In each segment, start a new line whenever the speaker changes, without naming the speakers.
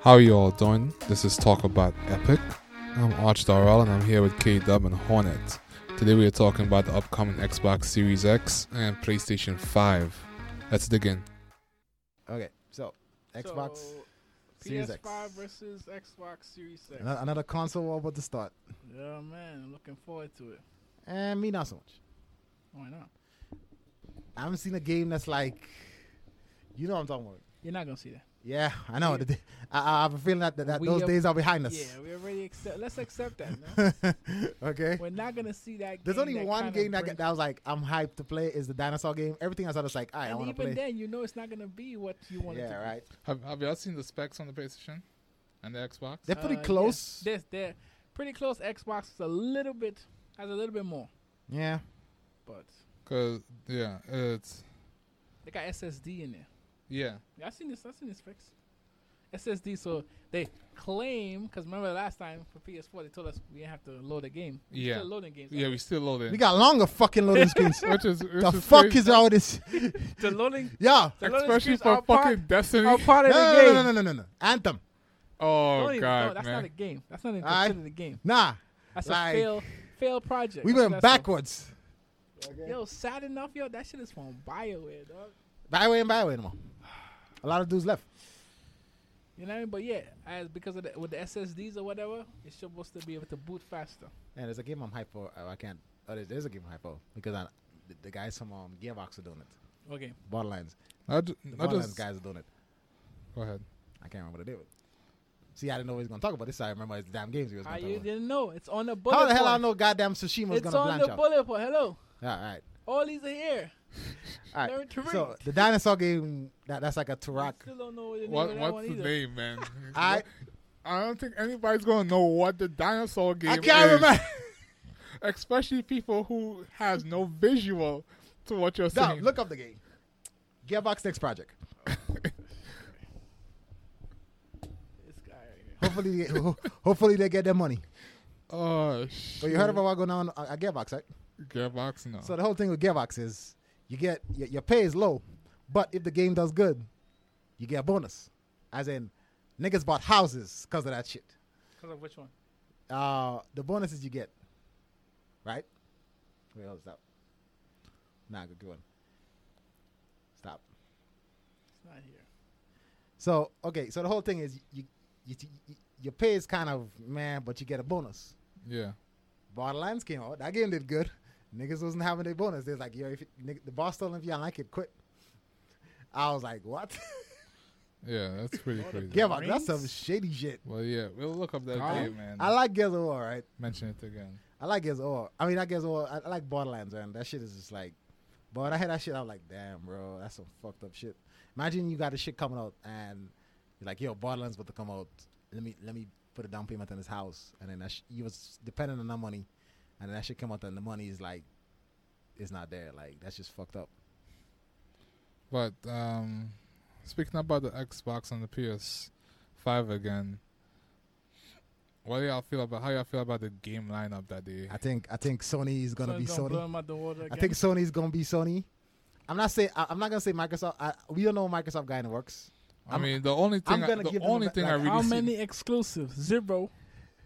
How you all doing? This is Talk About Epic. I'm Arch Darrell and I'm here with K Dub and Hornet. Today we are talking about the upcoming Xbox Series X and PlayStation 5. Let's dig in.
Okay, so Xbox
So,
Series X. Uh-huh.
PS5 versus Xbox Series X.
Ano- Another console war about to start.
yeah, man, I'm looking forward to it.
And me, not so much.
Why not?
I haven't seen a game that's like, you know what I'm talking about.
You're not gonna see that.
Yeah, I know. The day- I, I have a feeling that, that, that
We
those
have-
days are behind us.
Yeah, we already accept. Let's accept that. No?
okay?
We're not gonna see that.
There's
game
only
that
one
kinda
game that,
brings-
that I was like, I'm hyped to play is the dinosaur game. Everything else I was like, all right, I
and
want to
even
play.
then, you know it's not gonna be what you want. it
yeah,
to
right.
Have, have y'all seen the specs on the PlayStation and the Xbox?
They're
Be.
pretty
Uh, yeah,
close.
This, they're pretty close. Xbox is a little bit has a little bit more,
Yeah.
but
Cause yeah, it's
they got SSD in there.
yeah.
Yeah, I seen this. I seen this fix. SSD. So they claim because remember last time for PS4 they told us we didn't have to load a game. We
Yeah.
Still loading games.
Yeah, we still loaded.
We got longer fucking loading screens.
which is which
the
is
fuck
crazy.
is all this?
the loading.
yeah.
The loading
Especially
screens
for
are
fucking
part-
Destiny.
Are part
No,
of the
no,
game.
no, no, no, no, no. Anthem.
oh
Don't even-
god,
no, that's
man.
not a game. That's not even
Aye.
considered a game.
Nah.
That's
Like-
a fail, fail project.
We
That's
went
what that's
backwards.
for. Yo, sad enough, yo, that shit is from Bioware, dog.
Byway and Byway anymore. A lot of dudes left.
You know what I mean? But yeah, as because of the, with the SSDs or whatever, it's supposed to be able to boot faster.
And there's a game I'm hyped for. Oh, I can't. Oh, there's, there's a game I'm hyped for because I, the, the guys from um, Gearbox are doing it.
Okay.
Borderlands.
I, ju-
The
I
Borderlands
just
guys are doing it.
go ahead.
I can't remember what they did. See, I didn't know what he was gonna talk about. This so I remember it's damn games he was
How
gonna
you
talk about.
didn't know? It's on the bullet.
How the hell I
point.
know goddamn Tsushima was
It's
gonna
on the
blanch out?
bullet point. Hello.
Yeah, all right,
All these are here.
all
Learn
right.
to read.
So the dinosaur game that, that's like a Turok.
Still don't know the name
What
of that one
what's the
either.
name, man?
I
I don't think anybody's gonna know what the dinosaur game
I can't
is,
remember.
especially people who has no visual to what you're
no,
saying.
look up the game. Gearbox next project.
This guy right here.
Hopefully, they, ho- hopefully they get their money.
oh shit!
Mm-hmm.
But you heard about what going on uh, at at Gearbox, right?
Gearbox? No.
So the whole thing with Gearbox is you get your, your pay is low, but if the game does good, you get a bonus. As in, niggas bought houses because of that shit.
Because of which one?
Uh, the bonuses you get, right? Wait, hold stop. Nah, good, good one. Stop.
It's not here.
So okay, so the whole thing is you, you, you your pay is kind of man, but you get a bonus.
yeah.
Borderlands came out. That game did good. Niggas wasn't having their bonus. They was like, yo, if you, nigga, the boss told them if you don't like it, quit. I was like, what?
Yeah, that's pretty
Oh, the
crazy.
yeah, but that's
Rings?
some shady shit.
Well, yeah, we'll look up that
Oh.
game, man.
I like Gears of War, right?
Mention it again.
I like Gears of War. I mean, I Gears of War. I, I like Borderlands, man. That shit is just like, but when I had that shit, I was like, damn, bro, that's some fucked up shit. Imagine you got this shit coming out and you're like, yo, Borderlands about to come out. Let me let me put a down payment on this house, and then that sh- you was dependent on that money, and then that shit come out and the money is like, it's not there. Like that's just fucked up.
But um, speaking about the Xbox and the PS5 again, what do y'all feel about how y'all feel about the game lineup that they?
I think I think Sony is gonna
Sun's
be
gonna
Sony.
blow him out the water
I
again.
think Sony is gonna be Sony. I'm not say I, I'm not gonna say Microsoft. I, we don't know Microsoft guy in the works.
I
I'm-
mean, the only
I'm
thing, I,
gonna
the
give them
only
about,
thing I
like,
really
How
see-
many exclusives? Zero.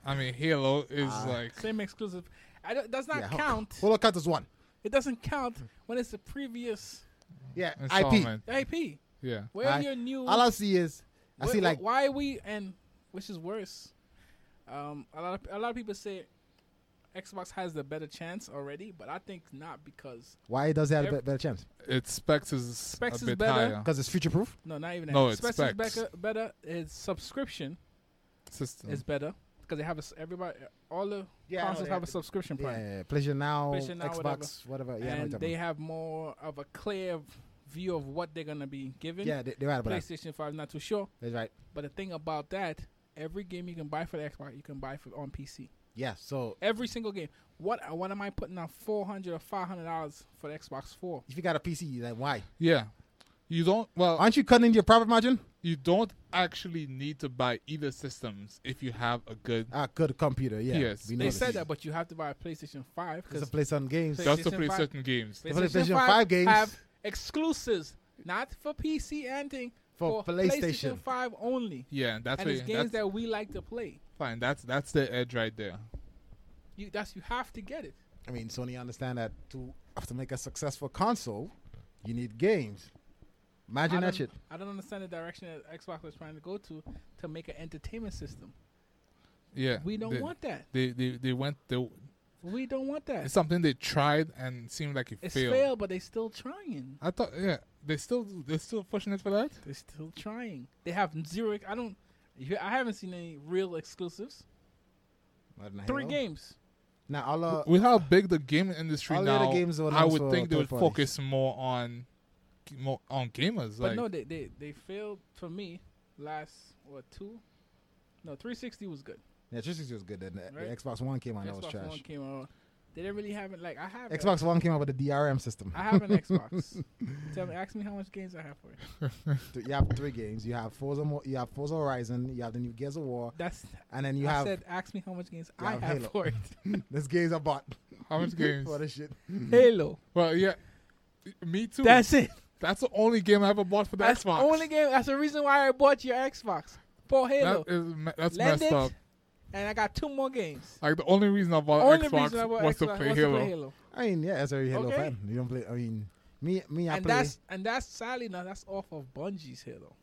I mean, Halo is
Ah.
like
Same exclusive. I don't, does not
Yeah, ho-
count.
Halo Cut is one.
It doesn't count when it's the previous
Yeah, IP.
installment.
IP.
Yeah,
Where
I-
your new.
All I see is I
wh-
see
wh-
like
Why we and which is worse? Um, a lot of a lot of people say Xbox has the better chance already, but I think not because
why does he have a
Every-
be- better chance?
its specs is
Specs
a
is
bit
better.
higher.
Because it's future proof.
no, not even that.
No, it's
Specs is
specs.
Better, better. Its subscription
System.
is better because they have a, s- everybody all the
Yeah,
consoles have a subscription plan.
yeah, PlayStation now,
PlayStation Now,
Xbox, whatever. Yeah, I know what
and
you're
they
talking
have more of a clear v- view of what they're gonna be
about.
given.
yeah, they, they're right about that.
PlayStation Five, not too sure.
That's right.
But the thing about that, every game you can buy for the Xbox, you can buy for on PC.
Yeah, so
Every single game. What what am I putting out four hundred or five hundred dollars for the Xbox Four?
if you got a PC, then why
yeah, you don't. Well,
aren't you cutting into your profit margin?
you don't actually need to buy either systems if you have a good.
Ah, good computer. Yeah,
Yes.
we know
They
this.
said that, but you have to buy a PlayStation Five
Just
because
to play some games.
Play-
Just to
PlayStation
play
five.
certain games.
PlayStation 5 games.
have exclusives, not for PC and thing,
for, PlayStation.
Five only,
Yeah, that's
and
what
it's
you-
games
that's
that we like to play.
fine. That's that's the edge right there.
You that's you have to get it.
I mean, Sony understand that to have to make a successful console, you need games. Imagine
I
that
don't-
shit.
I don't understand the direction that Xbox was trying to go to to make an entertainment system.
Yeah,
We don't
they,
want that.
They they they went. They,
We don't want that.
it's
It's,
something they tried and seemed like it
failed.
failed.
but they still trying.
I thought yeah, they still they're still pushing it for that.
They're still trying. They have zero. I don't. you- I haven't seen any real exclusives.
Not in
Three
Halo.
games.
Now, all uh,
With how big the gaming industry
all the other
now,
games are
I
announced
would
for
think they would
third parties.
focus more on more on gamers.
But
like
no, they, they they failed for me last what two? No, 360 was good.
yeah, 360 was good. Then the, the
Right?
Xbox One came out. That was
Xbox
trash.
One came out. They didn't really have it. Like I have a-
Xbox One came out with a DRM system.
I have an Xbox. Tell me, ask me how much games I have for it.
Th- you have three games. You have Forza. Mo- You have Forza Horizon. You have the new Gears of War,
That's
and then you
I
have
said, ask me how much games
you
I
have
have
Halo.
for it.
this games I bought.
how much games?
for this shit.
Halo.
well, yeah, me too.
That's it.
That's the only game I ever bought for the
That's the
Xbox.
only game. That's the reason why I bought your Xbox for Halo.
That is me- that's
Lend
messed
it.
up.
and I got two more games.
Like the only reason I bought
Only
Oh, Xbox
reason I bought
was
Xbox
to play
was
Halo.
to play Halo.
I mean, yeah, as a Halo
Okay.
fan, you don't play. I mean, me, me, I
and
play.
that's and that's sadly now that's off of Bungie's Halo.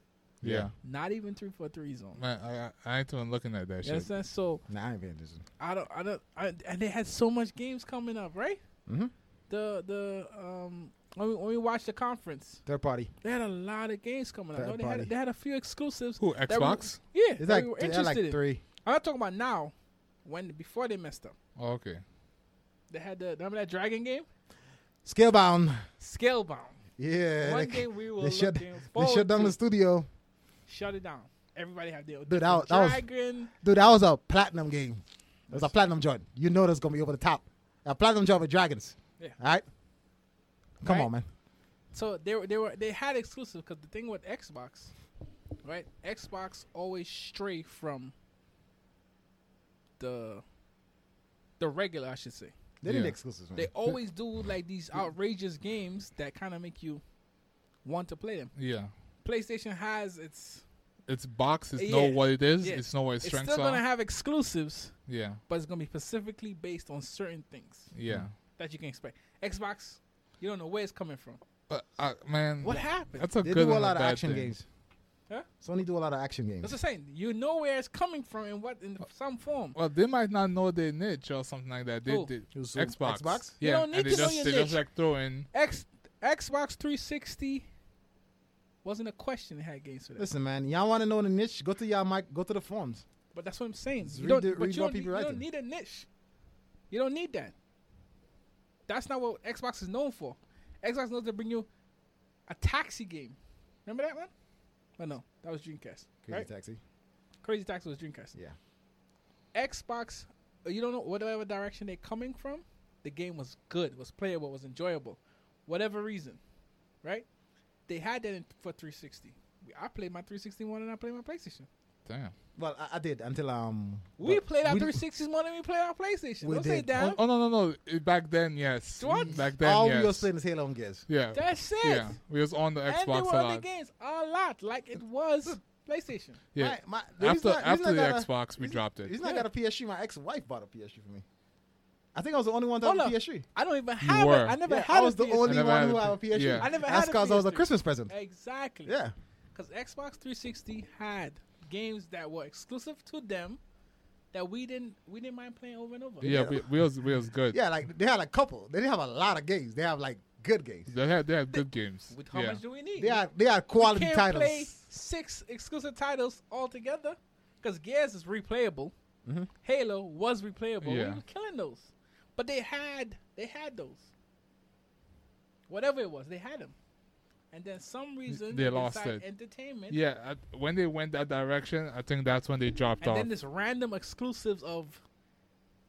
Yeah.
Not even three for three zone.
Man, I, I I ain't even looking at that
You
shit.
understand? So
Nah, I ain't paying attention.
I don't I don't I, and they had so much games coming up, right?
Mm-hmm.
The the um when we, when we watched the conference,
Third party.
they had a lot of games coming up.
Third
No, they had
party.
they had a few exclusives.
Who
that we-
Xbox?
Yeah,
It's
that
like
we were
th-
interested
like
in.
three.
I'm not talking about now, when before they messed up.
Oh, okay.
They had the remember that dragon game,
Scalebound.
Scalebound.
Yeah.
One
they,
game we were
they shut-
looking
they
forward
shut down
to.
the studio.
shut it down. Everybody have their own
Dude, that
different
was- that
dragon.
Dude, that was a platinum game. It was a platinum joint. You know that's gonna be over the top. A platinum joint with dragons.
Yeah.
All right. Come
Right?
on, man.
So they were they were they had exclusive because the thing with Xbox, right? Xbox always stray from the the regular, I should say.
They did
Yeah.
exclusives, man.
They always do like these outrageous games that kind of make you want to play them.
Yeah.
PlayStation has its
It's box. It's
Yeah.
know what it is.
Yeah.
It's know what its
it's
strengths
still
are.
gonna have exclusives,
yeah.
but it's gonna be specifically based on certain things
Yeah.
that you can expect. Xbox, you don't know where it's coming from.
But I, man,
What happened?
that's a
They
good
do a
and
lot of
bad
action
thing.
games.
Huh?
Sony do a lot of action
That's
games.
the same. You know where it's coming from in what
Uh,
in some form.
Well, they might not know their niche or something like that. They
Who?
did
Who's who?
Xbox.
Xbox?
You
Yeah,
don't need
and they
to know
just
your
they just
niche.
like throwing.
X Xbox 360 wasn't a question. It had games for that.
Listen, man, y'all want to know the niche? Go to y'all mic. Go to the forums.
But that's what I'm saying.
Just
You
read
don't,
the-
but
read
you,
what
don't,
people
you don't
writing.
need a niche. You don't need that. That's not what Xbox is known for. Xbox knows to bring you a taxi game. Remember that one? Oh no, that was Dreamcast.
Crazy
right?
Taxi.
Crazy Taxi was Dreamcast.
Yeah.
Xbox, uh, you don't know whatever direction they're coming from. The game was good, was playable, was enjoyable, whatever reason, right? They had that in, for 360. We- I played my 360 more than I played my PlayStation.
Damn.
Well, I, I did until um.
We
but
played our
we-
360s more than we played our PlayStation.
We
Don't say
did.
that.
Oh, oh, no no no! Eh, Back then, yes.
What?
Back then,
all
yes.
we was playing is Halo and Gears.
yeah.
That's it.
yeah. We was on the
and there
Xbox
were
a
other
lot.
games a lot, like it was PlayStation.
Yeah.
My, my, the
After
reason I- the
after
reason
the
I got a-
Xbox, we
reason-
dropped it.
The reason I
Yeah.
got a PS3, my ex-wife bought a PS3 for me. I think I was the only one that
Hold
had a
up.
PS3.
I don't even have
were.
it. I never
Yeah,
had
I was
a
the
PS3.
I
only
never
one
had
who
a
had a
P-
PS3.
yeah.
I never
That's
had a
because I was a
PS3.
Christmas present.
Exactly.
Yeah.
Because Xbox 360 had games that were exclusive to them that we didn't we didn't mind playing over and over.
Yeah, we, we was we was good.
Yeah, like they had a couple. They didn't have a lot of games. They have like good games.
They had they had good games.
With how
yeah.
much do we need?
They are they are
we
quality
can't
titles.
play six exclusive titles all together because Gears is replayable.
Mhm.
Halo was replayable.
Mm-hmm. Yeah.
We were killing those, but they had they had those. Whatever it was, they had them, and then some reason
they lost
decided
it.
Entertainment.
Yeah, I, when they went that direction, I think that's when they dropped
and
off.
then this random exclusives of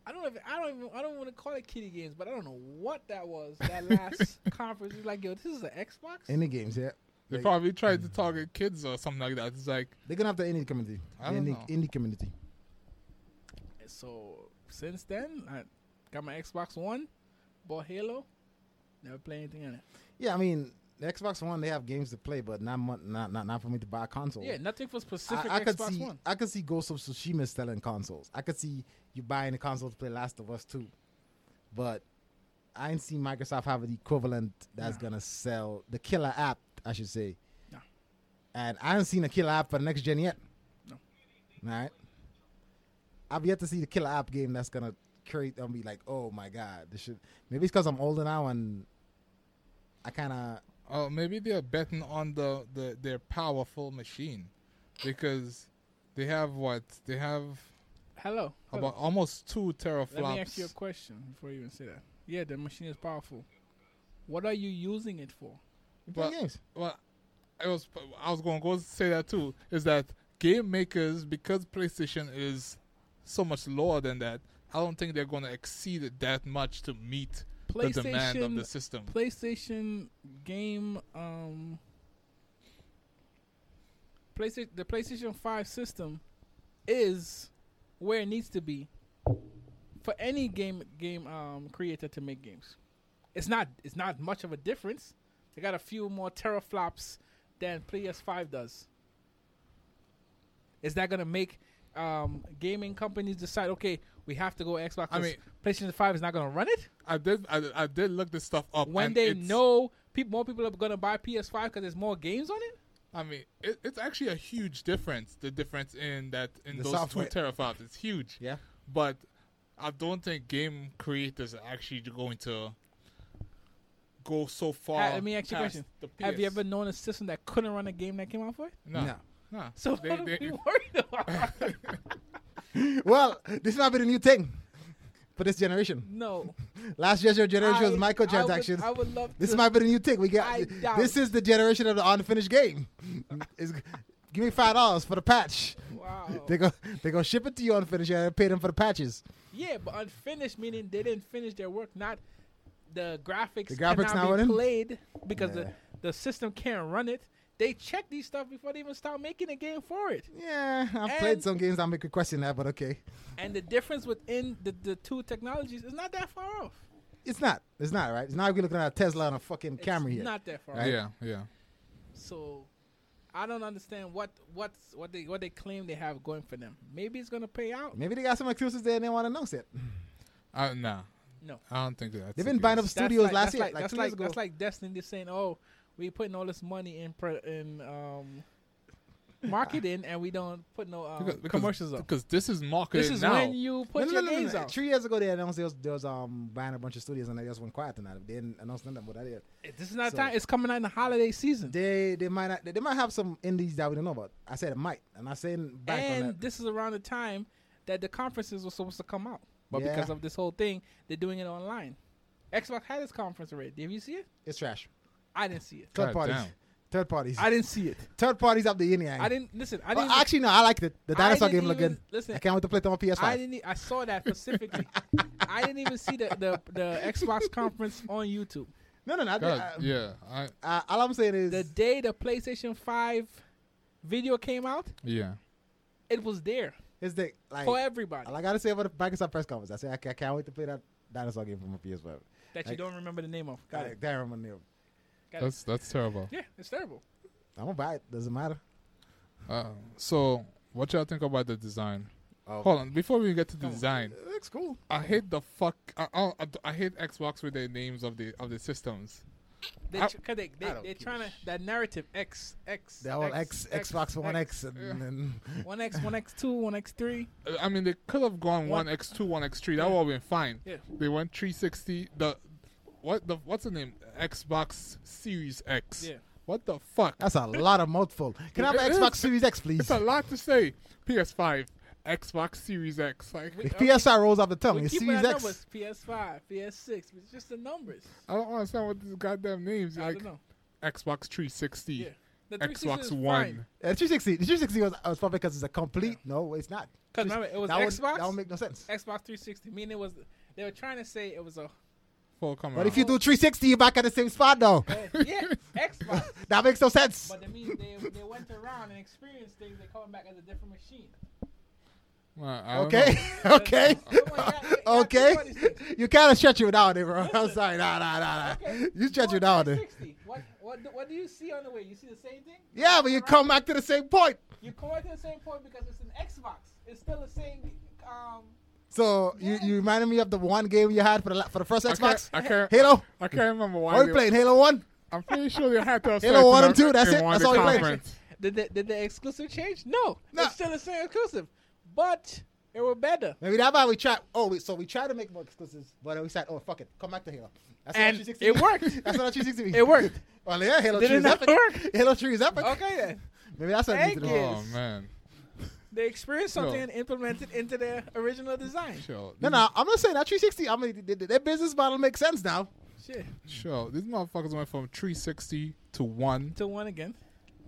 I don't even I don't even I don't want to call it kitty games, but I don't know what that was. That last conference was like, yo, this is an Xbox.
Indie games, yeah.
they
like-
probably tried to target kids or something like that. It's like
They're gonna have the indie community.
I don't
indie,
know.
indie community.
so since then, I got my Xbox One, bought Halo, never played anything on it.
Yeah, I mean the Xbox One, they have games to play, but not mon- not not, not for me to buy a console.
Yeah, nothing for specific
I, I could
Xbox
see
One.
I could see Ghost of Tsushima selling consoles. I could see you buying a console to play Last of Us too, but I ain't seen Microsoft have the equivalent that's
Nah.
gonna sell the killer app, I should say.
Nah.
And I haven't seen a killer app for the next gen yet.
No.
All right. I've yet to see the killer app game that's gonna create and be like, oh my god, this should. Maybe it's because I'm older now and I kind of
Oh, maybe they're betting on the, the their powerful machine, because they have what they have
Hello. hello.
about almost two teraflops.
Let me ask you a question before you even say that. Yeah, the machine is powerful. What are you using it for?
you play
But-
games.
well, I was I was going to go say that too. Is that game makers because PlayStation is so much lower than that? I don't think they're going to exceed it that much to meet the demand of
PlayStation
the system.
PlayStation game um PlayStation the PlayStation 5 system is where it needs to be for any game game um creator to make games. It's not it's not much of a difference. They got a few more teraflops than PS5 does. Is that going to make um, gaming companies decide okay, we have to go Xbox.
I
'cause
mean-
PlayStation 5 is not going to run it?
I did I, I did look this stuff up.
when
and
they
it's-
know people, more people are gonna buy PS5 because there's more games on it.
I mean, it, it's actually a huge difference. The difference in that in
The
those
software.
two teraflops is huge.
Yeah.
But I don't think game creators are actually going to go so far.
Ha- let me ask you a
past
question.
the
Have you
PS.
ever known a system that couldn't run a game that came out for it?
No.
No.
No.
So
They-
what are
they-
we worried about?
Well, this might be the new thing for this generation.
no,
Last year's generation was
I-
microtransactions.
I would, I would love.
this
to,
might be the new thing. We got
I doubt
this is the generation of the unfinished game. It's- give me five dollars for the patch.
Wow.
They go they go ship it to you unfinished. You gotta pay them for the patches.
yeah, but unfinished meaning they didn't finish their work. Not the graphics.
The graphics
cannot
not
be
running?
played because
Yeah.
the, the system can't run it. They check these stuff before they even start making a game for it.
Yeah, I've played
And-
some games. I'm making question that, but okay,
And the difference within the, the two technologies is not that far off.
it's not. It's not right. It's not like we're looking at a Tesla and a fucking
It's
camera here.
Not that far. off.
Yeah, yeah.
So I don't understand what what's what they what they claim they have going for them. Maybe it's gonna pay out.
Maybe they got some excuses there and they want to announce it.
I, Uh, nah.
No.
I don't think that's. the
They've been buying up
case.
studios
like,
last
that's
year,
like,
like
that's
two
like
years ago.
that's like Destiny just saying, "Oh, we putting all this money in pre- in um, marketing and we don't put no um,
Because- because-
commercials up."
because this is marketed
This is
now.
when you put
no, no,
your
no, no,
games
no.
out.
Three years ago, they announced they was, they was um, buying a bunch of studios and they just went quiet tonight. They didn't announce nothing about that yet.
This is not
So-
time. It's coming out in the holiday season,
They they might not, they might have some indies that we don't know about. I said it might, and I'm saying back on
and
that.
this is around the time that the conferences were supposed to come out, but
Yeah.
because of this whole thing, they're doing it online. Xbox had its conference already. Did you see it?
It's trash.
I didn't see it.
Third
God
parties,
damn.
third parties,
I didn't see it.
third parties up the yin yang.
I didn't listen. I
Well,
didn't.
actually, no, I liked it. The
I
dinosaur
didn't
game looked
even-
good.
listen,
I can't wait to play it on PS5.
I didn't. e- I saw that specifically. I didn't even see the, the the Xbox conference on YouTube.
no, no, no. I, did-
God,
I,
um,
yeah. I,
I- all I'm saying is
The day the PlayStation Five video came out,
yeah.
it was there
is that like
for everybody
all I gotta say about the Microsoft press conference. I said I, ca- I can't wait to play that dinosaur game from a PS5.
that you
like-
don't remember the name of. Got it.
Damn, I'm gonna-
Got it.
That's that's terrible.
Yeah, it's terrible.
I'm gonna buy it. Doesn't matter.
Uh, so, what y'all think about the design?
Oh.
Hold on. Before we get to
Come on.
design,
It looks cool.
I hate the fuck. I, I, I hate Xbox with the names of the of the systems.
They,
I-
tr- cause they, they
I don't
they're
give a
trying to that narrative X X
The whole X, Xbox One X, and,
Yeah.
then
One X, one X two, one X three.
Uh, I mean, they could have gone
One-
one X two, one X three. That would have been fine.
Yeah.
They went three sixty. The what the what's the name? Xbox Series X.
Yeah.
What the fuck?
that's a lot of mouthful. Can I have an
It is.
Xbox Series X, please?
It's a lot to say. PS Five, Xbox Series X. Like
We-
The PSI rolls off the tongue.
We
It's
keep it
Series
at
X.
numbers. PS Five, PS Six. It's just the numbers.
I don't understand what these goddamn names.
I
Like
don't know.
Xbox three sixty,
Yeah. The 360
Xbox
is
One.
fine.
Uh, 360. The 360 was, was probably because it's a complete. No, it's not.
'Cause remember, it was
that Would,
Xbox?
that would make no sense.
Xbox 360. Meaning it was they were trying to say it was a oh,
Full come
But if
around.
you do 360, you're back at the same spot now.
eh, yeah Xbox,
That makes no sense.
but that means they they went around and experienced things. They coming back as a different machine.
Uh, I don't
Okay,
know.
okay,
Come on, y'all- y'all do
okay.
360.
You kind of stretch it out there, bro. I'm sorry. Nah, nah, nah, nah.
Okay,
You stretch
go
it out there.
360. What, what What do, what do you see on the way? You see the same thing?
Yeah, but you come back to the same point.
You come back to the same point because it's an Xbox. It's still the same. Um,
So you, you reminded me of the one game you had for the la- for the first
I can't,
Xbox,
I can't,
Halo.
I can't remember why.
Are we
they-
playing Halo One?
I'm pretty sure they had to have
Halo
said
one
that
and two, that's
in
it,
one of
that's all
the
you played.
conference.
did the, did the exclusive change? No,
No.
it's still the same exclusive, but it was better.
Maybe that's why we tried. Oh, wait, so we tried to make more exclusives, but then we said, oh fuck it, come back to Halo. That's
And
not 360.
it worked.
That's not 360.
It worked.
Well, yeah, Halo
Did
Three
it
is
not
epic.
work?
Halo Three is epic.
Okay then,
Maybe that's what I need to
Thank
do.
you.
Oh
Yes.
man,
they experienced something
No.
and implemented into their original design.
sure.
No, no, I'm not saying that 360. I mean, th- th- their business model makes sense now.
Shit,
Sure, these motherfuckers went from 360 to one
to one again.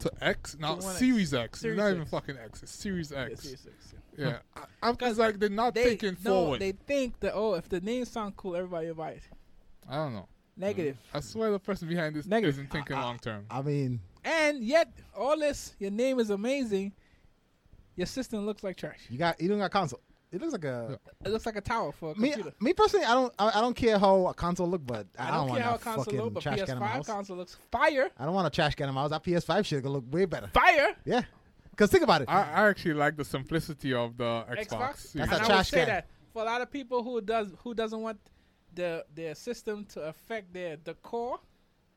to X, now
To 1X.
Series X.
Series
It's not even
X.
fucking X. It's Series
Yeah,
X.
Series X, yeah.
Yeah, I, I'm it's like they're not
They
thinking
no,
forward.
they think that oh, if the name sound cool, everybody will buy it.
I don't know.
Negative.
I swear the person behind this
Negative.
isn't thinking long term.
I mean,
Mm-hmm.
And yet, all this, your name is amazing. Your system looks like trash.
you got you don't got console. It looks like a
It looks like a tower for a
me.
computer.
Me personally, I don't. I, I don't care how a console look, but I,
I don't,
want
care how a
that
console
fucking
looks, but
trash can in my
PS5
house.
console looks fire.
I don't want a trash can in my house. That PS5 shit gonna look way better.
Fire.
Yeah, cause think about it.
I, I actually like the simplicity of the Xbox.
Xbox.
Series.
That's
and
a
I would
trash
say
can.
that for a lot of people who does who doesn't want the their system to affect their decor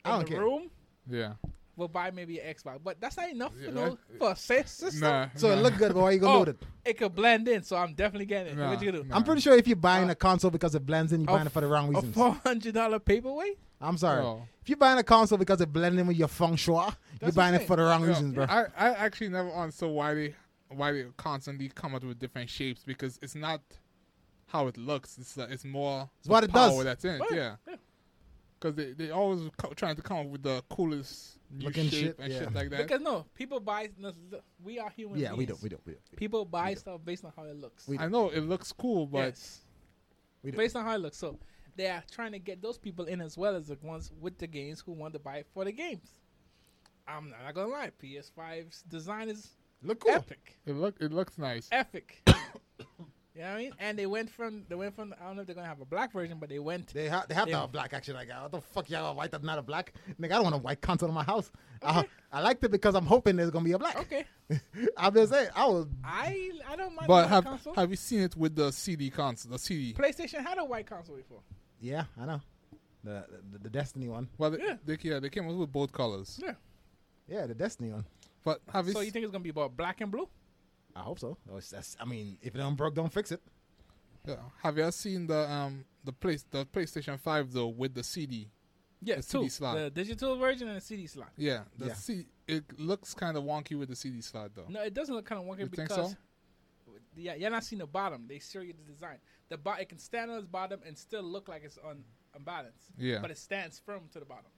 I
in
don't
the
care.
room,
yeah.
will buy maybe an Xbox. But that's not enough
Yeah,
you know,
that-
for a sa- system.
Nah,
so it
nah,
look good, but why you gonna
Oh,
load it?
it could blend in, so I'm definitely getting it.
nah,
what you do?
nah.
I'm pretty sure if you're buying
Uh,
a console because it blends in, you're
a
buying it for the wrong
A
reasons.
four hundred dollar paperweight.
I'm sorry.
No.
If you're buying a console because it blends in with your feng shui, you're
what
buying
I'm
it for the wrong
Yeah,
reasons, bro.
I, I actually never understood why they why they constantly come out with different shapes because it's not how it looks. It's uh, it's more
It's what
the
it
power
does.
That's in it.
Right,
Yeah. Because they they always co- trying to come up with the coolest new
Looking
shape
shit,
and
yeah.
shit like that.
Because no, people buy. no, look, We are human.
yeah, we
beings.
don't, we don't, we don't.
People buy stuff based on how it looks.
We-
I know it looks cool, but
yes.
We don't.
based on how it looks. So they are trying to get those people in as well as the ones with the games who want to buy it for the games. I'm not gonna lie, PS5's design is
Look cool.
epic,
it look it looks nice.
epic. you know what I mean? And they went from they went from I don't know if they're gonna have a black version, but they went.
They, ha- they have to
Yeah.
have black action. Like, what the fuck, y'all white? That's not a black. Nigga, I don't want a white console in my house. I, I liked it because I'm hoping there's gonna be a black.
Okay,
I'm just saying, I was.
I I don't mind.
But
the white
have
console.
have you seen it with the CD console? The CD.
PlayStation had a white console before.
Yeah, I know. The the, the Destiny one.
Well, they,
Yeah.
They, yeah, they came out with both colors.
Yeah.
Yeah, the Destiny one.
But have you,
So you
s-
think it's gonna be about black and blue?
I hope so. Oh, it's- that's- I mean, if it don't broke, don't fix it.
yeah, have you seen the um the place the PlayStation Five though with the CD?
Yeah,
The
two.
CD slot.
The digital version and the CD slot.
Yeah, the
Yeah.
C it looks kind of wonky with the CD slot though.
No, it doesn't look kind of wonky
You think
because
so?
yeah, you're not seeing the bottom. They show you the design. The bo- it can stand on its bottom and still look like it's on unbalanced.
Yeah.
but it stands firm to the bottom.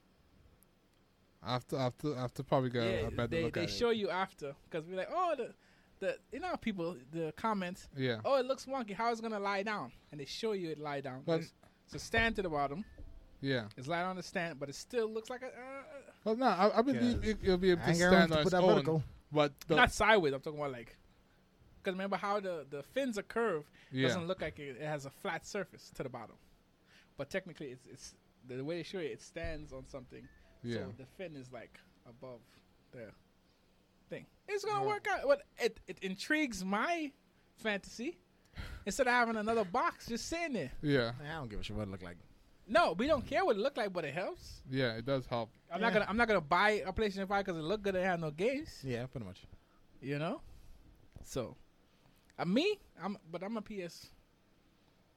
After after after probably got
yeah,
a better
they
look
they
at
show
it.
you after because we're like, oh, the the you know how people the comments.
Yeah,
Oh, it looks wonky. How it's gonna lie down? And they show you it lie down.
But-
It's, it's a stand to the bottom.
yeah.
It's lying on the stand, but it still looks like a uh,
Well, no, I, I believe
Yeah.
it, it'll be able
I
to
ain't gonna
stand
have to
on
put
its
that
own.
vertical.
But the,
not sideways. I'm talking about like because remember how the the fins are curved.
yeah,
doesn't look like it, it has a flat surface to the bottom. But technically, it's, it's the way they show it, it stands on something.
yeah.
So the fin is like above the thing. It's going to
Yeah.
work out. What it, it intrigues my fantasy. Instead of having another box just sitting there.
yeah,
I don't give a shit what it look like.
No, we don't care what it looked like, but it helps.
yeah, it does help.
I'm
Yeah.
not gonna. I'm not gonna buy a PlayStation Five because it looked good and it had no games.
Yeah, pretty much.
You know, so uh, me, I'm. But I'm a PS.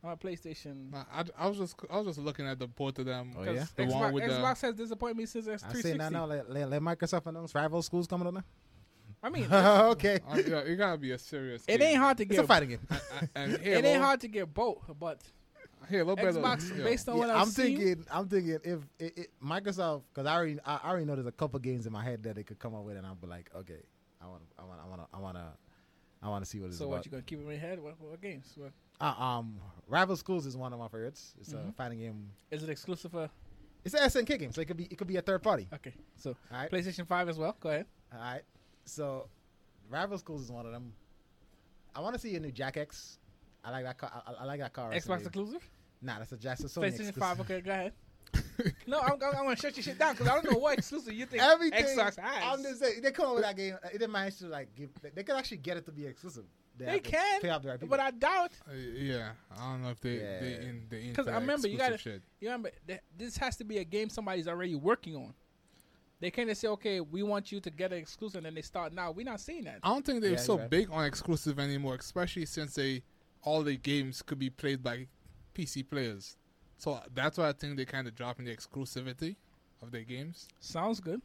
I'm a PlayStation.
Nah, I, I was just I was just looking at the both of them.
Oh,
'cause
yeah?
the one
Xbox,
with
Xbox has disappointed me since
I say
S360.
now, now let, let, let Microsoft announce rival schools coming on
I mean,
now. okay,
the, I, Uh, yeah, it gotta be a serious.
it
game.
ain't hard to
it's a
get.
fighting game.
I- and Halo,
It ain't hard to get both, but
Halo better.
Xbox
yeah.
based on what
Yeah,
I've
I'm
seen.
thinking, I'm thinking if it, it, Microsoft, because I already, I, I already know there's a couple games in my head that they could come up with, and I'll be like, okay, I want, I want, I want, I want to, I want to see what it's
so
about.
what you gonna keep in your head? What, what games? What,
uh, um, Rival Schools is one of my favorites. It's a
Mhm.
fighting game.
is it exclusive for?
It's an SNK game, so it could be, it could be a third party.
Okay, so
All right,
PlayStation Five as well. Go ahead.
all right. So, Rival Schools is one of them. I want to see a new Jack X. I like that car. I, I like that car.
Xbox
SNK.
exclusive.
Nah, that's a Jack. That's a Sony
PlayStation
exclusive.
Five. Okay, go ahead. No, I'm, I'm, I'm gonna shut your shit down because I don't know what exclusive you think
Everything.
Xbox has.
I'm just saying they come up with that game. uh, They managed to like give. They, they could actually get it to be exclusive.
They
have to
can,
pay off the right people.
but I doubt.
Uh, yeah, I don't know if they they
Yeah.
in they into
Because I
that
remember you
exclusive
gotta
shit.
you remember th- this has to be a game somebody's already working on. They can't just say, okay, we want you to get an exclusive, and then they start now. We're not seeing that.
I don't think they're
Yeah,
so
you're right.
big on exclusive anymore, especially since they all the games could be played by PC players. So that's why I think they're kind of dropping the exclusivity of their games,
Sounds good.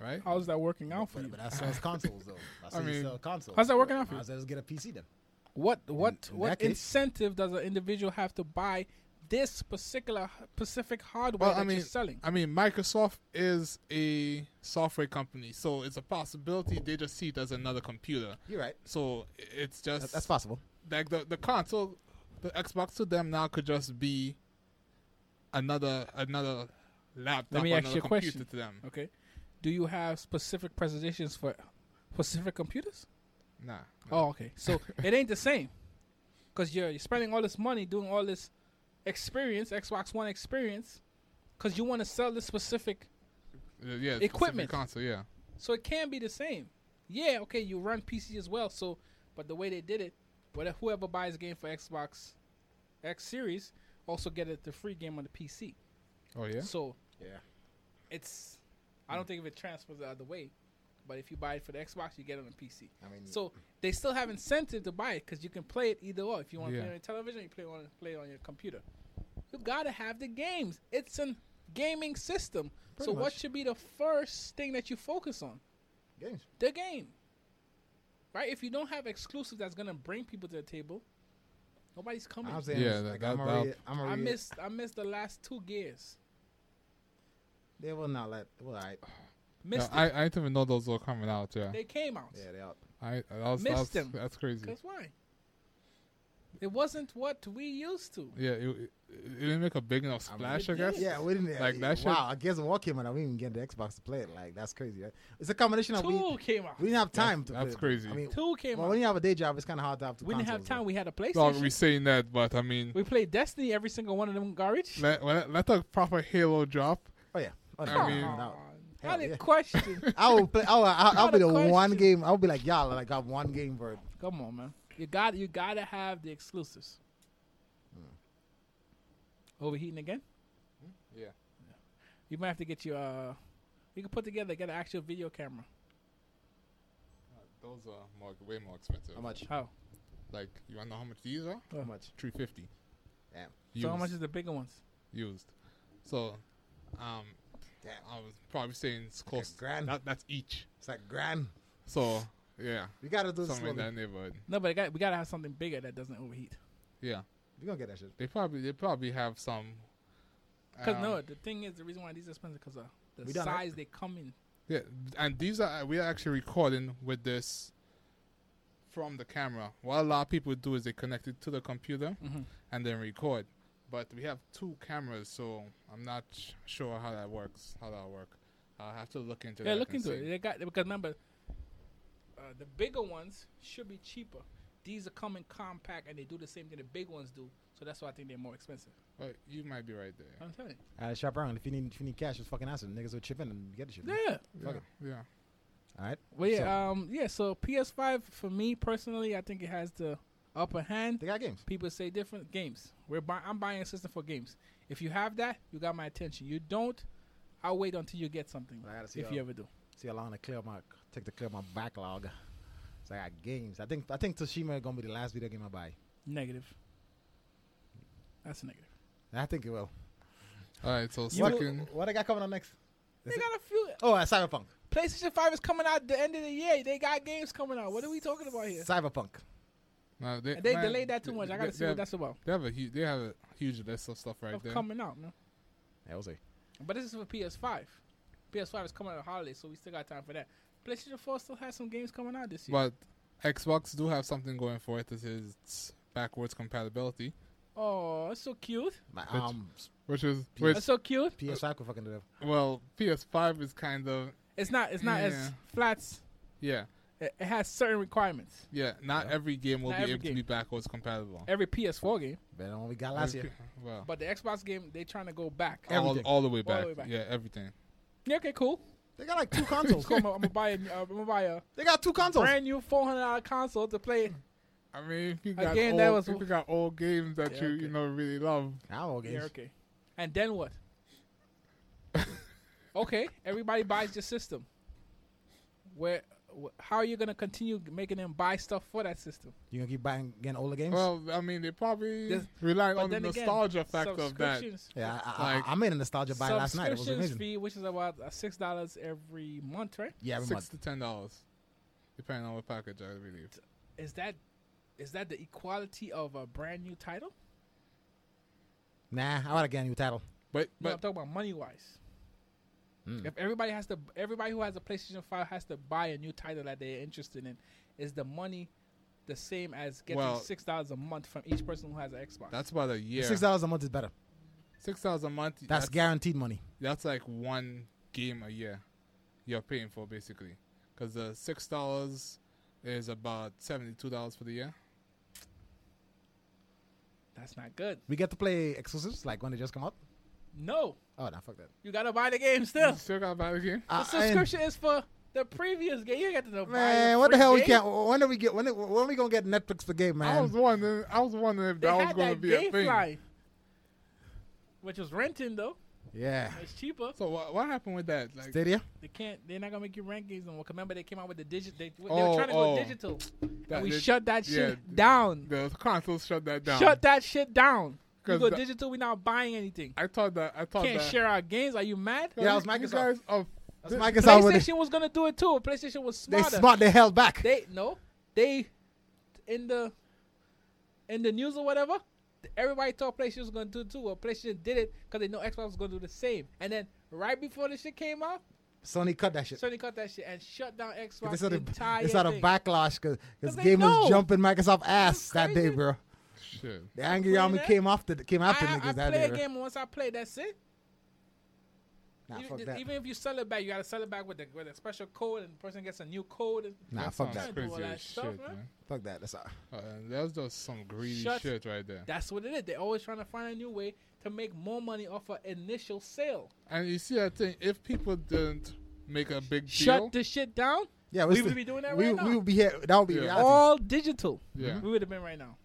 right?
How's that working out for you?
But, but that sells consoles though. That's
I
I
mean,
mean, sell consoles.
how's that working out for
Might
you?
as well just get a PC then.
What what
in
what
that case-
incentive does an individual have to buy this particular specific hardware
Well, I
that
mean,
you're selling?
I mean, Microsoft is a software company, so it's a possibility they just see it as another computer.
You're right.
So i- it's
That-
just
That's possible.
like the the console, the Xbox to them now could just be another another laptop,
me ask
another
you a
computer
question.
to them.
Okay, do you have specific presentations for specific computers?
Nah. Uh,
Oh, okay. So it ain't the same because you're, you're spending all this money doing all this experience, Xbox One experience, because you want to sell this specific.
Uh, yeah, specific
Equipment.
console. Yeah,
So it can be the same. Yeah, okay, you run PC as well. So, but the way they did it, whatever whoever buys a game for Xbox X Series also get it the free game on the PC.
oh yeah.
So
Yeah.
it's I don't think if it transfers the other way, but if you buy it for the Xbox, you get it on the PC.
I mean,
So they still have incentive to buy it because you can play it either or. If you want to
Yeah.
play it on your television, you play it on play it on your computer. You gotta have the games. It's a gaming system.
Pretty
so what
much.
should be the first thing that you focus on?
games.
The game, right? If you don't have exclusive that's gonna bring people to the table, nobody's coming.
I'm saying,
Yeah,
yeah,
that-
like,
that-
I'm
that-
already, I'm
I
already,
missed I missed the last two gears.
They will not let. Well, all right.
No,
Missed it.
I, I didn't even know those were coming out. Yeah,
they came out.
Yeah, they out.
I that was,
Missed
that's,
them.
that's crazy.
Because why? It wasn't what we used to.
Yeah, it, it, it didn't make a big enough
I mean,
splash. I,
it
guess.
did.
Yeah, we didn't.
Like, that shit-
wow, I guess War came out. and We didn't get the Xbox to play it. Like that's crazy. Right? It's a combination of we,
Two came out.
we didn't have time
That's-
to.
that's
play it.
crazy.
I mean,
Two came
well,
out.
when you have a day job, it's kind of hard to have two
We didn't have
consoles,
time. We had a
Well,
PlayStation.
we saying that, but I mean,
We played Destiny every single one of them garbage.
let, let let the proper Halo drop.
though. Oh yeah. Oh, no,
I
Come
mean-
no,
on.
no. Hell,
Not a
yeah.
question.
I will play. I will, I'll, I'll
Not
be
a
the one
question.
game. I'll be like, y'all, like, I got one game for it.
Come on, man. You got you gotta have the exclusives. Overheating again?
Hmm. Yeah.
You might have to get your uh you can put together get an actual video camera.
Uh, Those are more, way more expensive.
How much?
How?
Like, you wanna know how much these are?
How much?
Three fifty.
Damn.
So how much is the bigger ones?
used? So, um,
Damn.
I was probably saying it's close.
grand.
That, that's each.
It's like grand.
So yeah,
We gotta do this.
something in
slowly.
that neighborhood.
No, but I got, we gotta have something bigger that doesn't overheat.
Yeah,
We gonna get that shit.
they probably they probably have some.
Because
um,
no, the thing is the reason why these are expensive because uh, the
We done it.
size they come in.
Yeah, and these are we are actually recording with this from the camera. What a lot of people do is they connect it to the computer
Mhm.
and then record. But we have two cameras, so I'm not sh- sure how that works. How that work? I'll have to look into.
Yeah,
that
look
and
into it.
see.
They got because remember, uh, the bigger ones should be cheaper. These are coming compact and they do the same thing the big ones do. So that's why I think they're more expensive.
But you might be right there.
I'm telling you.
All right, shop around. If you need, if you need cash, just fucking answer. Niggas will chip in and get the shit.
Yeah.
Yeah,
Fuck
yeah.
All right.
Well, yeah.
So,
um, yeah. So PS5 for me personally, I think it has the upper hand.
they got games.
People say different games. We're buy- I'm buying a system for games. If you have that, you got my attention. You don't, I'll wait until you get something.
But I gotta see
If
how-
you ever do.
See how long I clear my take to clear my backlog. So I got games. I think I think Toshima gonna be the last video game I buy.
Negative. That's a negative.
I think it will.
All right. So
What,
second,
what I got coming up next? Is
they
it-
got a few.
Oh, uh, Cyberpunk.
PlayStation 5 is coming out the end of the year. They got games coming out. What are we talking about here?
Cyberpunk.
no, they,
And they
man,
delayed that too
they-
much. I
they-
gotta
they
see what
have-
that's about.
They have a huge. They have a huge list of stuff right
Of
there.
coming out, man.
Yeah, we'll see.
But this is for PS5. PS5 is coming out on holiday, so we still got time for that. PlayStation 4 still has some games coming out this year.
But Xbox do have something going for it. This is its backwards compatibility,
Oh, it's so cute.
My
Bitch.
um,
which is
Yeah.
which.
It's so cute.
PS5 could fucking do that.
Well, PS5 is kind of
It's not. It's not as
Yeah.
flats.
yeah.
It, it has certain requirements.
Yeah, not every game will
Not
be
every
able to
game.
be backwards compatible.
Every PS4 game,
Better than what we got last year.
Well,
but the Xbox game, they're trying to go back.
all,
everything.
all the way
All
back.
the way back.
Yeah, everything.
Yeah, okay, cool.
They got like two consoles.
Cool, I'm gonna buy a, uh, I'm gonna buy a
they got two consoles.
brand new four hundred dollar console to play.
I mean, if you
got Again, that old- was- if you
got old games that
Yeah, you, you okay.
know really love,
Now all
Yeah,
games.
okay. And then what? okay, everybody buys your system. Where? wh- How are you gonna continue making them buy stuff for that system?
You gonna keep buying getting older games?
well, I mean, they probably
This-
rely
But
on the
then again,
nostalgia factor of that.
subscriptions-
yeah, I, I,
like-
I, I made a nostalgia buy last night. It was
subscriptions
amazing.
fee, which is about uh, six dollars every month, right?
Yeah, every
Six
month.
to ten dollars, depending on what package I believe.
Is that is that the equality of a brand new title?
Nah, I want to get a new title.
But
No, I'm
but Hmm.
talking about money wise.
Mm.
If everybody has to, everybody who has a PlayStation Five has to buy a new title that they're interested in. Is the money the same as getting
Well-
six dollars a month from each person who has an Xbox?
that's about a year.
Six dollars a month is better.
Six dollars a month.
That's, guaranteed money.
that's like one game a year you're paying for basically because the six dollars is about seventy-two dollars for the year.
that's not good.
We get to play exclusives like when they just come out.
No,
Oh, nah, fuck that.
you gotta buy the game still.
You still got value here.
The
I- I-
subscription is for the previous game. You get to buy
man, what the
free
hell? We
game?
can't. When do we get? When? When we gonna get Netflix for game,
Oh,
I was
man?
wondering. I was wondering if
They
that was
had
going to
that
be a
game
thing.
fly, which was renting though.
Yeah,
It's cheaper.
So what what happened with that? Like,
Stadia.
They can't. They're not gonna make you rent games no more. 'Cause Remember, they came out with the digital. They, they
Oh,
were trying to
oh.
go digital.
that
and we
they-
shut that
yeah,
shit
th-
down.
the console shut that down.
Shut that shit down. We
'Cause
go
the-
digital. We're not buying anything.
I thought that. I thought
Can't
that.
share our games. Are you mad?
No,
Yeah, it was
you- You
Microsoft.
guys are
That's
thi-
Microsoft. with it.
PlayStation was gonna do it too. PlayStation was
They
smarter.
smart. They held back.
They- no. They in the in the news or whatever. Everybody thought PlayStation was gonna do it too. Well, PlayStation did it because they know Xbox was gonna do the same. And then right before the shit came out,
Sony cut that shit.
Sony cut that shit and shut down Xbox
They saw the,
entire
they saw the
thing.
backlash because
Cause they
gamers
know.
jumping Microsoft ass
That's
that day,
crazy.
bro.
Shit.
The angry
Really,
army
man?
came after came
I,
after
I-
niggas
I
that
play
day.
a
bro.
game and once I play. That's it.
Nah,
You-
fuck
th-
that.
Even if you sell it back, you gotta sell it back with the with a special code, and the person gets a new code. And
Nah,
that
fuck
sounds
that.
Do all
Crazy
that
as
stuff,
shit,
man.
man.
Fuck that. That's all.
Uh, that's just some greedy
Shut-
shit right there.
That's what it is. They're always trying to find a new way to make more money off an initial sale.
And you see, I think if people didn't make a big deal,
Shut the shit down.
Yeah,
We
still-
would be doing that
we,
right now.
We would be here. That would be
Yeah.
reality.
All digital.
Yeah.
We would have been right now.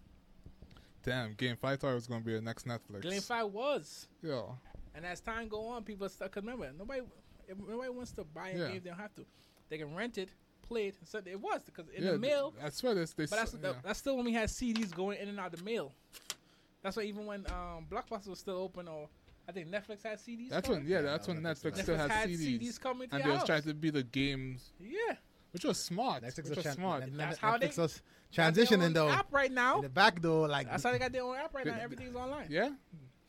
damn, Game Five thought it was gonna be the next Netflix.
Glen Five was,
Yeah,
and as time go on, people start. Cause remember, nobody, if nobody wants to buy a
Yeah.
game. They don't have to. They can rent it, play it. So it was because in
yeah,
the mail.
I swear this. They,
But that's
yeah.
that's still when we had CDs going in and out the mail. That's why even when um, Blockbuster was still open, or I think Netflix had CDs.
That's
coming.
when yeah, that's
Yeah,
when
that's
Netflix
what-
still
Netflix
had,
had
CDs,
CDs coming to
and they
your
was
house.
trying to be the games,
Yeah,
which was smart.
Netflix
which
is
was
tran-
smart.
and
That's
Netflix
how they-
was
Got their own
transitioning though.
App right
In
now.
the back door, like
That's how they got their own app right now.
They-
Everything's online.
yeah,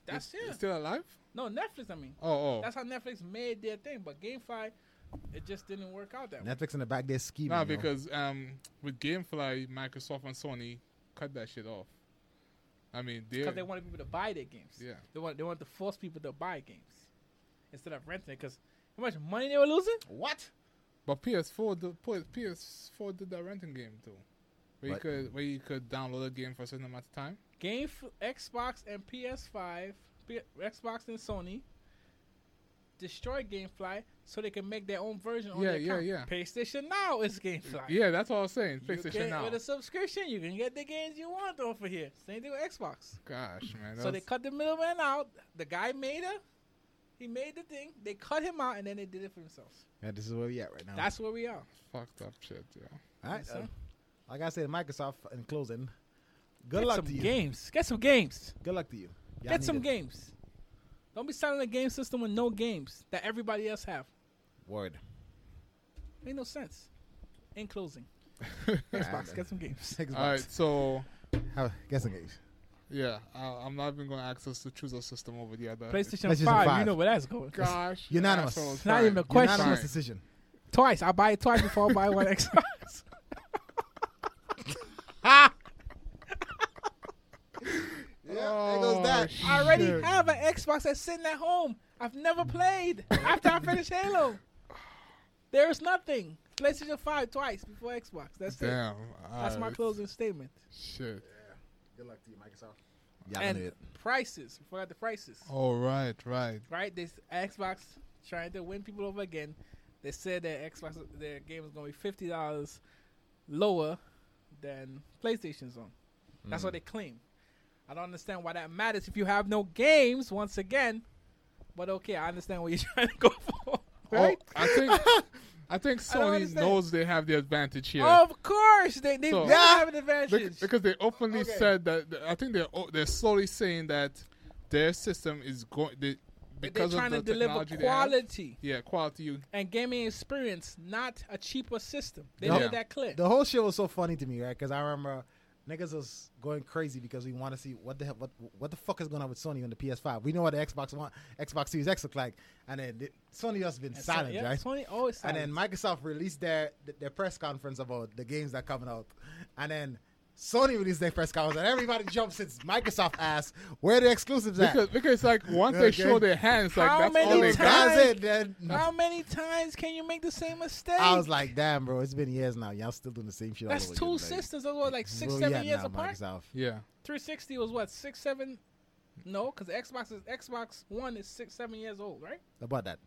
That's
It's
it.
Still alive?
No Netflix. I mean,
Oh, oh.
that's how Netflix made their thing. But GameFi, it just didn't work out that way.
Netflix in the back there scheming.
Nah,
yo.
because um, with GameFly, Microsoft and Sony cut that shit off. I mean, they
because they wanted people to buy their games.
Yeah.
They want they want to force people to buy games instead of renting it. Because how much money they were losing?
what?
But PS4, the PS4 did that renting game too, where you
Right.
could where you could download a game for a certain amount of time.
Game f- Xbox and PS5, P- Xbox and Sony destroy GameFly so they can make their own version on
Yeah,
their
yeah,
account.
yeah.
PlayStation Now is GameFly.
Yeah, that's all I was saying.
You
PlayStation
get-
Now.
With a subscription, you can get the games you want over here. Same thing with Xbox.
Gosh, man.
So they
that's-
cut the middleman out. The guy made it. He made the thing. They cut him out, and then they did it for themselves.
Yeah, this is where we at
Oh.
right now.
That's where we are.
fucked up shit, yo.
all right.
Yes,
uh,
sir.
like I said, Microsoft. In closing, good
Get
luck
some
to you.
games. Get some games.
Good luck to you. Y'all
get
need
some
it.
games. Don't be selling a game system with no games that everybody else have.
Word.
Ain't no sense. In closing,
Yeah,
Xbox, get some games.
Xbox.
All right, so
How, guess some games.
yeah, I, I'm not even gonna ask us to choose a system over the other.
PlayStation,
PlayStation
5,
five.
you know where that's going.
Gosh,
Unanimous.
asshole,
Not
fine.
even a question.
Unanimous
Fine.
decision.
Twice. I buy it twice before I buy one Xbox.
Yeah, there goes that.
shit.
I already have an Xbox that's sitting at
Mm.
home. I've never played after I finish Halo. There is nothing. PlayStation Five twice before Xbox. That's it.
Damn.
That's my
alright.
closing statement.
Shit.
Good luck to you, Microsoft. Yeah, I knew
and
it.
prices. We forgot the prices.
All right, right.
right? This Xbox trying to win people over again. They said their Xbox, their game is going to be fifty dollars lower than PlayStation's on. That's
Mm.
what they claim. I don't understand why that matters if you have no games. Once again, but okay, I understand what you're trying to go for, right?
Oh, I think I think
I don't
Sony
understand. Oh,
knows they have the advantage here.
Of course, they they
So-
really
Yeah.
have an advantage.
Bec- because they openly
Okay.
said that I think they're o- they're slowly saying that their system is going they,
they're
because
trying to
of the
deliver
technology they have-
quality
yeah, quality. You
and gaming experience, not a cheaper system. They
Yeah.
made that clear.
The whole shit was so funny to me, right? Because I remember niggas was going crazy because we want to see what the hell, what what the fuck is going on with Sony on the PS5. We know what the Xbox One, Xbox Series X look like, and then the, Sony has been
And so-
silent,
yeah,
right?
Sony always
And
silent.
then Microsoft released their their press conference about the games that coming out, and then Sony released their press conference, and everybody jumps since Microsoft asked where the exclusives at.
because, because it's like once
Yeah,
they
okay.
show their hands, like
How
that's
many
all they got.
times-
That's it. Then
How many times can you make the same mistake?
I was like, damn, bro, it's been years now. Y'all still doing the same shit.
that's
all over
two
again, like,
systems. Those were like six,
where we
seven
at
years
now,
apart.
Microsoft?
Yeah,
360 was what six, seven? No, because Xbox is Xbox One is six, seven years old, right?
About that.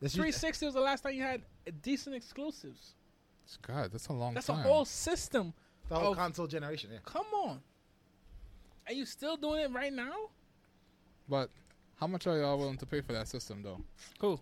This shit-
360 was the last time you had decent exclusives.
God, that's a long
That's a
time.
whole system.
the whole
oh.
console generation. Yeah.
Come on, are you still doing it right now?
But how much are y'all willing to pay for that system though?
Cool,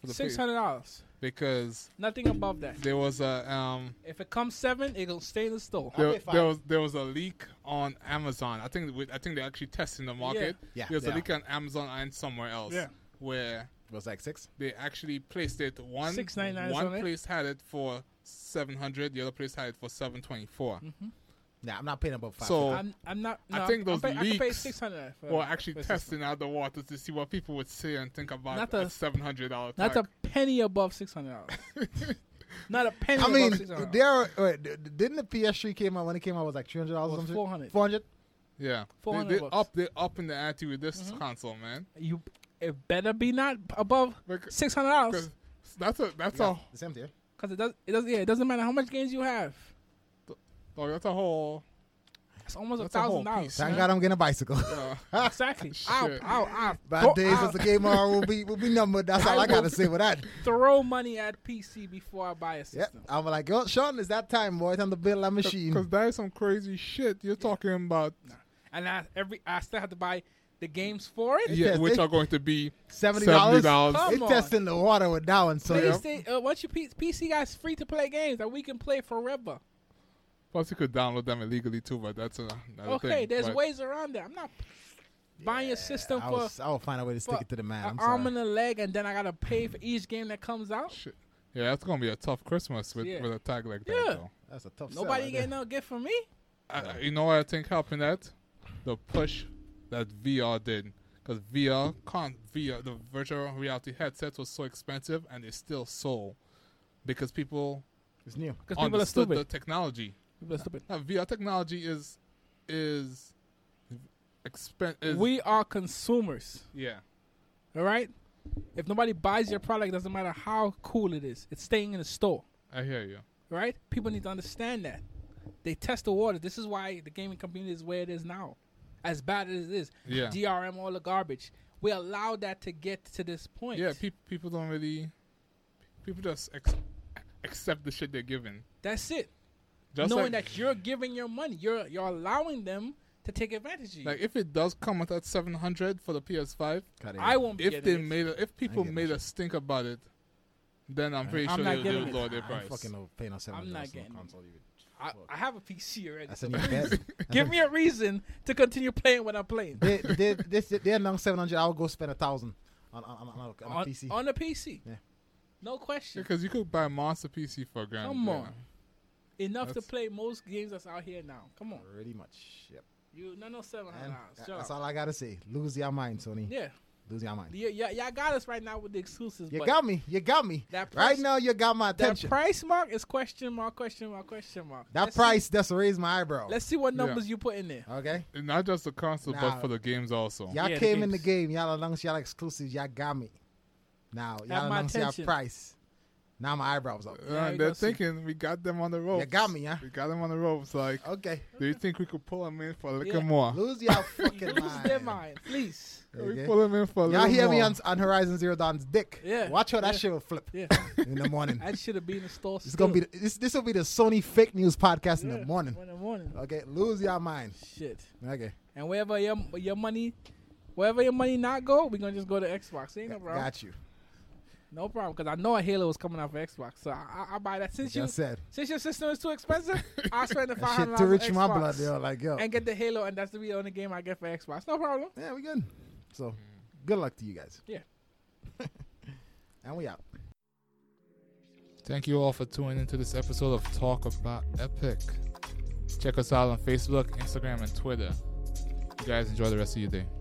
For the
six
pay-
hundred dollars.
because
Nothing above that.
there was a um
If it comes seven, it'll stay in the store.
I'll
there,
pay five.
there was there was a leak on Amazon. I think we- I think they're actually testing the market.
Yeah,
there was
they
a
are.
leak on Amazon and somewhere else.
Yeah.
where
It was like six.
they actually placed it one
$6.99 on
one
it.
place had it for seven hundred, the other place had it for seven twenty four.
Mm.
Nah, I'm not paying above five.
So-
I'm, I'm not.
I
No,
think
I'm
those
pay, I could pay
leaks
six hundred.
Well, actually testing out the waters to see what people would say and think about
Not
a
the-
seven hundred dollar.
Not a penny above six hundred dollars. Not a penny.
I mean,
above $600.
there are, wait, d- d- didn't the PS3 came out when it came out was like three hundred dollars or
Was
something?
400.
Four hundred.
yeah. They,
400
they
bucks. Mm-hmm.
up they up in the ante with this console, man.
you it better be not above
Because
six hundred dollars
'cause that's a that's a
It's empty. yeah?
because it does. It does. Yeah, it doesn't matter how much games you have.
oh, that's a whole.
It's almost a
That's a whole
thousand dollars.
piece.
Thank God I'm getting a bicycle.
Uh,
Exactly. I'll,
Shit.
I'll, I'll,
Bad
throw,
days
I'll
as the game are will be will be numbered. That's all I gotta say with that.
throw money at PC before I buy a
Yeah,
system.
I'm like, yo, Sean, it's that time, boy. Time to build that
Because
machine.
that is some crazy shit you're talking about.
And I every I still have to buy the games for it.
Yeah,
Yes,
which
they-
are going to be
Seventy
seventy
dollars.
dollars.
Huh?
They
Come on.
testing the water with that one. So
Yeah.
PlayStation, uh, once you P- PC guys free to play games that we can play forever.
Plus, you could download them illegally too, but that's a, another thing.
Okay, there's
but
ways around that. I'm not buying a system
I
for
was- I will find a way to stick
for
it to the man.
an
I'm
arm
sorry.
and a leg, and then I gotta pay for each game that comes out.
Shit. Yeah, that's gonna be a tough Christmas with,
Yeah.
with a tag like
Yeah.
that. Though.
That's a tough. sell
Nobody
right
getting
there.
no gift from me.
I, I- you know what I think helping that? The push that VR did. Because VR, con- VR, the virtual reality headsets was so expensive and they still sold. Because people,
It's new.
Because people are
understood Oh, the
stupid.
technology.
People are stupid.
Now, VR technology is is expensive.
we are consumers.
yeah.
All right. If nobody buys your product, doesn't matter how cool it is. It's staying in the store.
I hear you.
all Right. People need to understand that. They test the water. This is why the gaming community is where it is now. As bad as it is,
Yeah.
DRM all the garbage. We allowed that to get to this point.
Yeah, peop people don't really. People just ex- accept the shit they're given.
that's it.
Just
Knowing
like,
that you're giving your money, you're you're allowing them to take advantage of you.
like if it does come out at seven hundred for the PS Five,
Cut it.
I won't be
if
getting
they
it.
made a, if people
getting
made
it.
a stink about it, then I'm pretty
I'm
sure
not
they'll, they'll
getting it.
lower their
I'm
price.
fucking over paying on seven
I'm not
dollars
getting it.
console. You.
I, I have a PC already.
That's in your bed.
Give me a reason to continue playing when I'm playing
they, they, they, they announced seven hundred. I'll go spend a thousand on on, on, on, a- on
on,
a PC.
on a PC.
Yeah.
No question.
Because you could buy a monster PC for a grand.
Come
yeah.
on. Enough to
That's-
play most games that's out here now. Come on,
Pretty much. Yep.
you no no seven hundred
And
dollars.
tha- that's
Shut
all
up.
I gotta say. Lose your mind, Sony.
Yeah,
Lose your mind.
yeah, yeah, y'all got us right now with the exclusives.
You
but
got me. You got me.
that price,
Right now, you got my
that
attention.
price mark is question mark, question mark, question mark.
That
Let's see-
price, that's raised my eyebrow.
let's see what
Yeah.
numbers you put in there.
Okay,
And not just the console, but
Nah.
for the games also.
y'all
Yeah, the
came in the
games.
game. Y'all announced y'all exclusives. Y'all got me. Now y'all
my
announced
attention.
y'all price. Now my eyebrows up.
Yeah,
Uh,
you
they're
don't see-
thinking we got them on the
Oh.
ropes.
You got me, huh?
We got them on the ropes. Like,
Okay.
do you think we could pull them in for a little
Yeah.
more?
Lose your
Lose
fucking mind.
their mind, please.
Can we
Okay.
pull them in for a little
Y'all hear
more?
me on, on Horizon Zero Dawn's dick.
Yeah,
Watch how that
yeah.
shit will flip
Yeah,
in the morning.
I should have been in the store.
It's gonna be the, this. This will be the Sony fake news podcast in the morning. Uh,
In the morning.
Okay, lose your mind.
Shit.
Okay,
And wherever your your money, wherever your money not go, we're gonna just go to Xbox. Ain't no problem.
got you.
No problem, because I know a Halo was coming out for Xbox, so I, I, I buy that. Since
Like I
you
said
since your system is too expensive, I spend the
that
five
shit
hundred
too
dollars
rich
on
in
Xbox
my blood, yo. Like yo,
and get the Halo, and that's the only game I get for Xbox. No problem.
yeah, we good. So, good luck to you guys.
Yeah.
and we out.
Thank you all for tuning into this episode of Talk About Epic. Check us out on Facebook, Instagram, and Twitter. You guys enjoy the rest of your day.